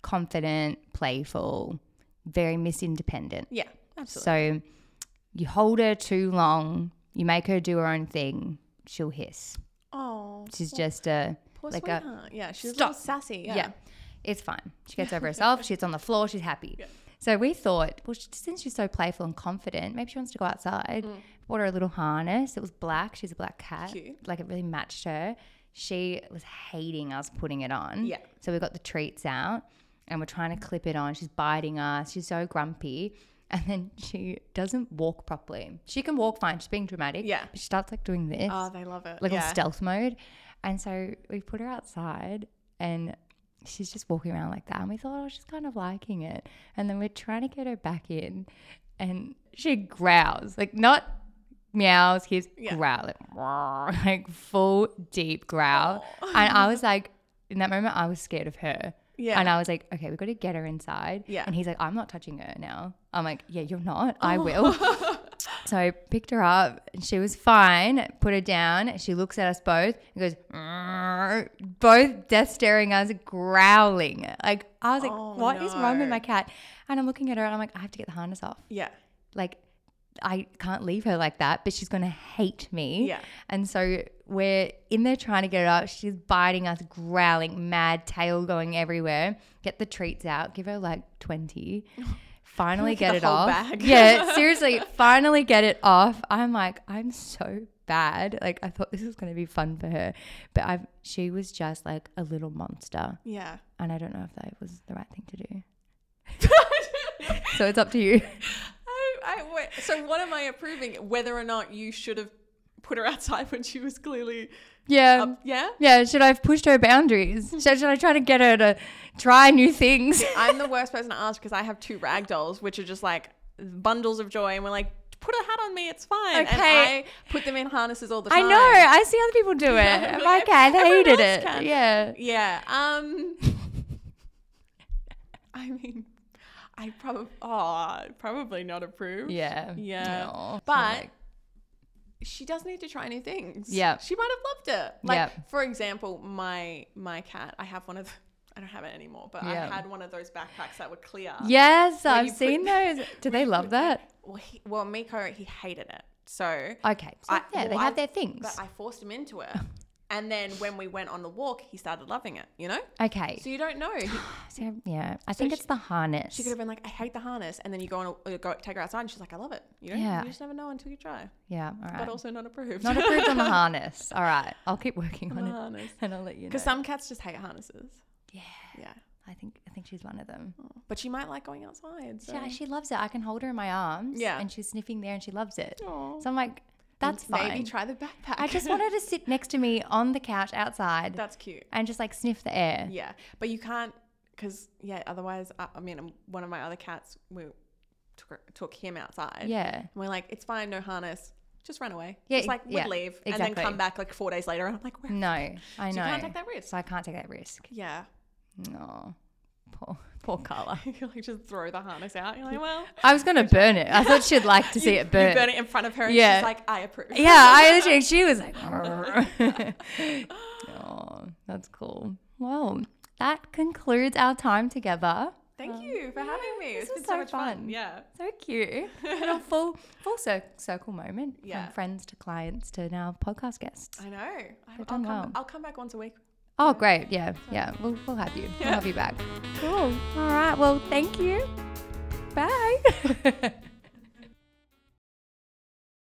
confident, playful, very miss independent. Yeah. Absolutely. So you hold her too long, you make her do her own thing, she'll hiss. oh, She's just a Poor like a sweetheart. yeah, she's a little sassy. yeah. Yeah. it's fine. She gets over *laughs* herself. She's on the floor. She's happy. So we thought, well, she, since she's so playful and confident, maybe she wants to go outside. Mm. Bought her a little harness. It was black. She's a black cat. Cute. Like it really matched her. She was hating us putting it on. Yeah. So we got the treats out and we're trying to clip it on. She's biting us. She's so grumpy. And then she doesn't walk properly. She can walk fine. She's being dramatic. Yeah. But she starts like doing this Oh, they love it. like on yeah. stealth mode. And so we put her outside and she's just walking around like that. And we thought, oh, she's kind of liking it. And then we're trying to get her back in and she growls, like not meows, here's Yeah. growl, like, "Meow," like *laughs* full deep growl. And I *laughs* was like, in that moment, I was scared of her. Yeah. And I was like, okay, we've got to get her inside. Yeah. Oh. And he's like, I'm not touching her now. I'm like, yeah, you're not. I *laughs* will. So I picked her up. and She was fine. Put her down. She looks at us both and goes, "Meow," both death staring us, growling. Like I was like, Oh, what is wrong with no. my cat? And I'm looking at her and I'm like, I have to get the harness off. Yeah. Like I can't leave her like that, but she's gonna hate me. Yeah. And so we're in there trying to get it up. She's biting us, growling, mad tail going everywhere. Get the treats out. Give her like *laughs* twenty. Finally Like get the it whole off. bag. *laughs* Yeah, seriously. finally get it off. I'm like, I'm so bad. Like I thought this was gonna be fun for her, but I've she was just like a little monster, Yeah. and I don't know if that was the right thing to do. *laughs* So it's up to you. I, I, wait, so what am I approving? Whether or not you should have put her outside when she was clearly Yeah. up. Yeah. Yeah, should I have pushed her *laughs* boundaries? Should, should I try to get her to try new things? I'm the worst person to ask because I have two rag dolls, which are just like bundles of joy, and we're like, put a hat on me, it's fine. And Okay. I put them in harnesses all the I time. know. I see other people do Yeah, it. My cat everyone hated else it. can. Yeah. Yeah. Um. *laughs* I mean, I probably oh probably not approve. Yeah. Yeah. Aw. But she does need to try new things. Yeah. She might have loved it. Like Yeah. for example, my my cat. I have one of. I don't have it anymore, but Yeah. I had one of those backpacks that were clear. yes, Where I've you put- *laughs* seen those. Do they love that? Well, he, well, Miko he hated it. So Okay. So I- yeah, they well, have I- their things. But I forced him into it. And then when we went on the walk, he started loving it, you know? okay. So you don't know. He- So, yeah. I think it's the harness. She could have been like, I hate the harness. And then you go on a, uh, go take her outside and she's like, I love it. You know? Yeah. You just never know until you try. yeah. All But right. also not approved. *laughs* Not approved on the harness. All right. I'll keep working on the it harness. *laughs* and I'll let *laughs* you know. Because some cats just hate harnesses. yeah. Yeah. I think I think she's one of them. But she might like going outside. So. Yeah, she loves it. I can hold her in my arms. Yeah. And she's sniffing there and she loves it. Aw. So I'm like, that's fine. Maybe try the backpack. I just want her to sit next to me on the couch outside *laughs* That's cute. and just like sniff the air. Yeah, but you can't because yeah. Otherwise, I, I mean, um, one of my other cats we took her- took him outside. Yeah. and we're like, it's fine, no harness, just run away. Yeah, e, it's like yeah, would leave and exactly. then come back like four days later, and I'm like, where? No, I know. so you can't take that risk. so I can't take that risk. yeah, No. *laughs* Poor, poor Carla. you like just throw the harness *laughs* out. You're like, well, I was going to burn it. I thought she'd like to see *laughs* you, it burn. You burn it in front of her, and Yeah. she's like, I approve. Yeah, *laughs* I literally, she was like, oh, that's cool. Well, that concludes our time together. Thank you for having me. this it's was been so so much fun. fun. Yeah. So cute. *laughs* Little full full cir- circle moment Yeah. from friends to clients to now podcast guests. I know. I, I'll, done come, well. I'll come back once a week. Oh, great. *laughs* Yeah. Yeah. We'll, we'll have you. *laughs* We'll have you back. Cool. All right. Well, thank you. Bye.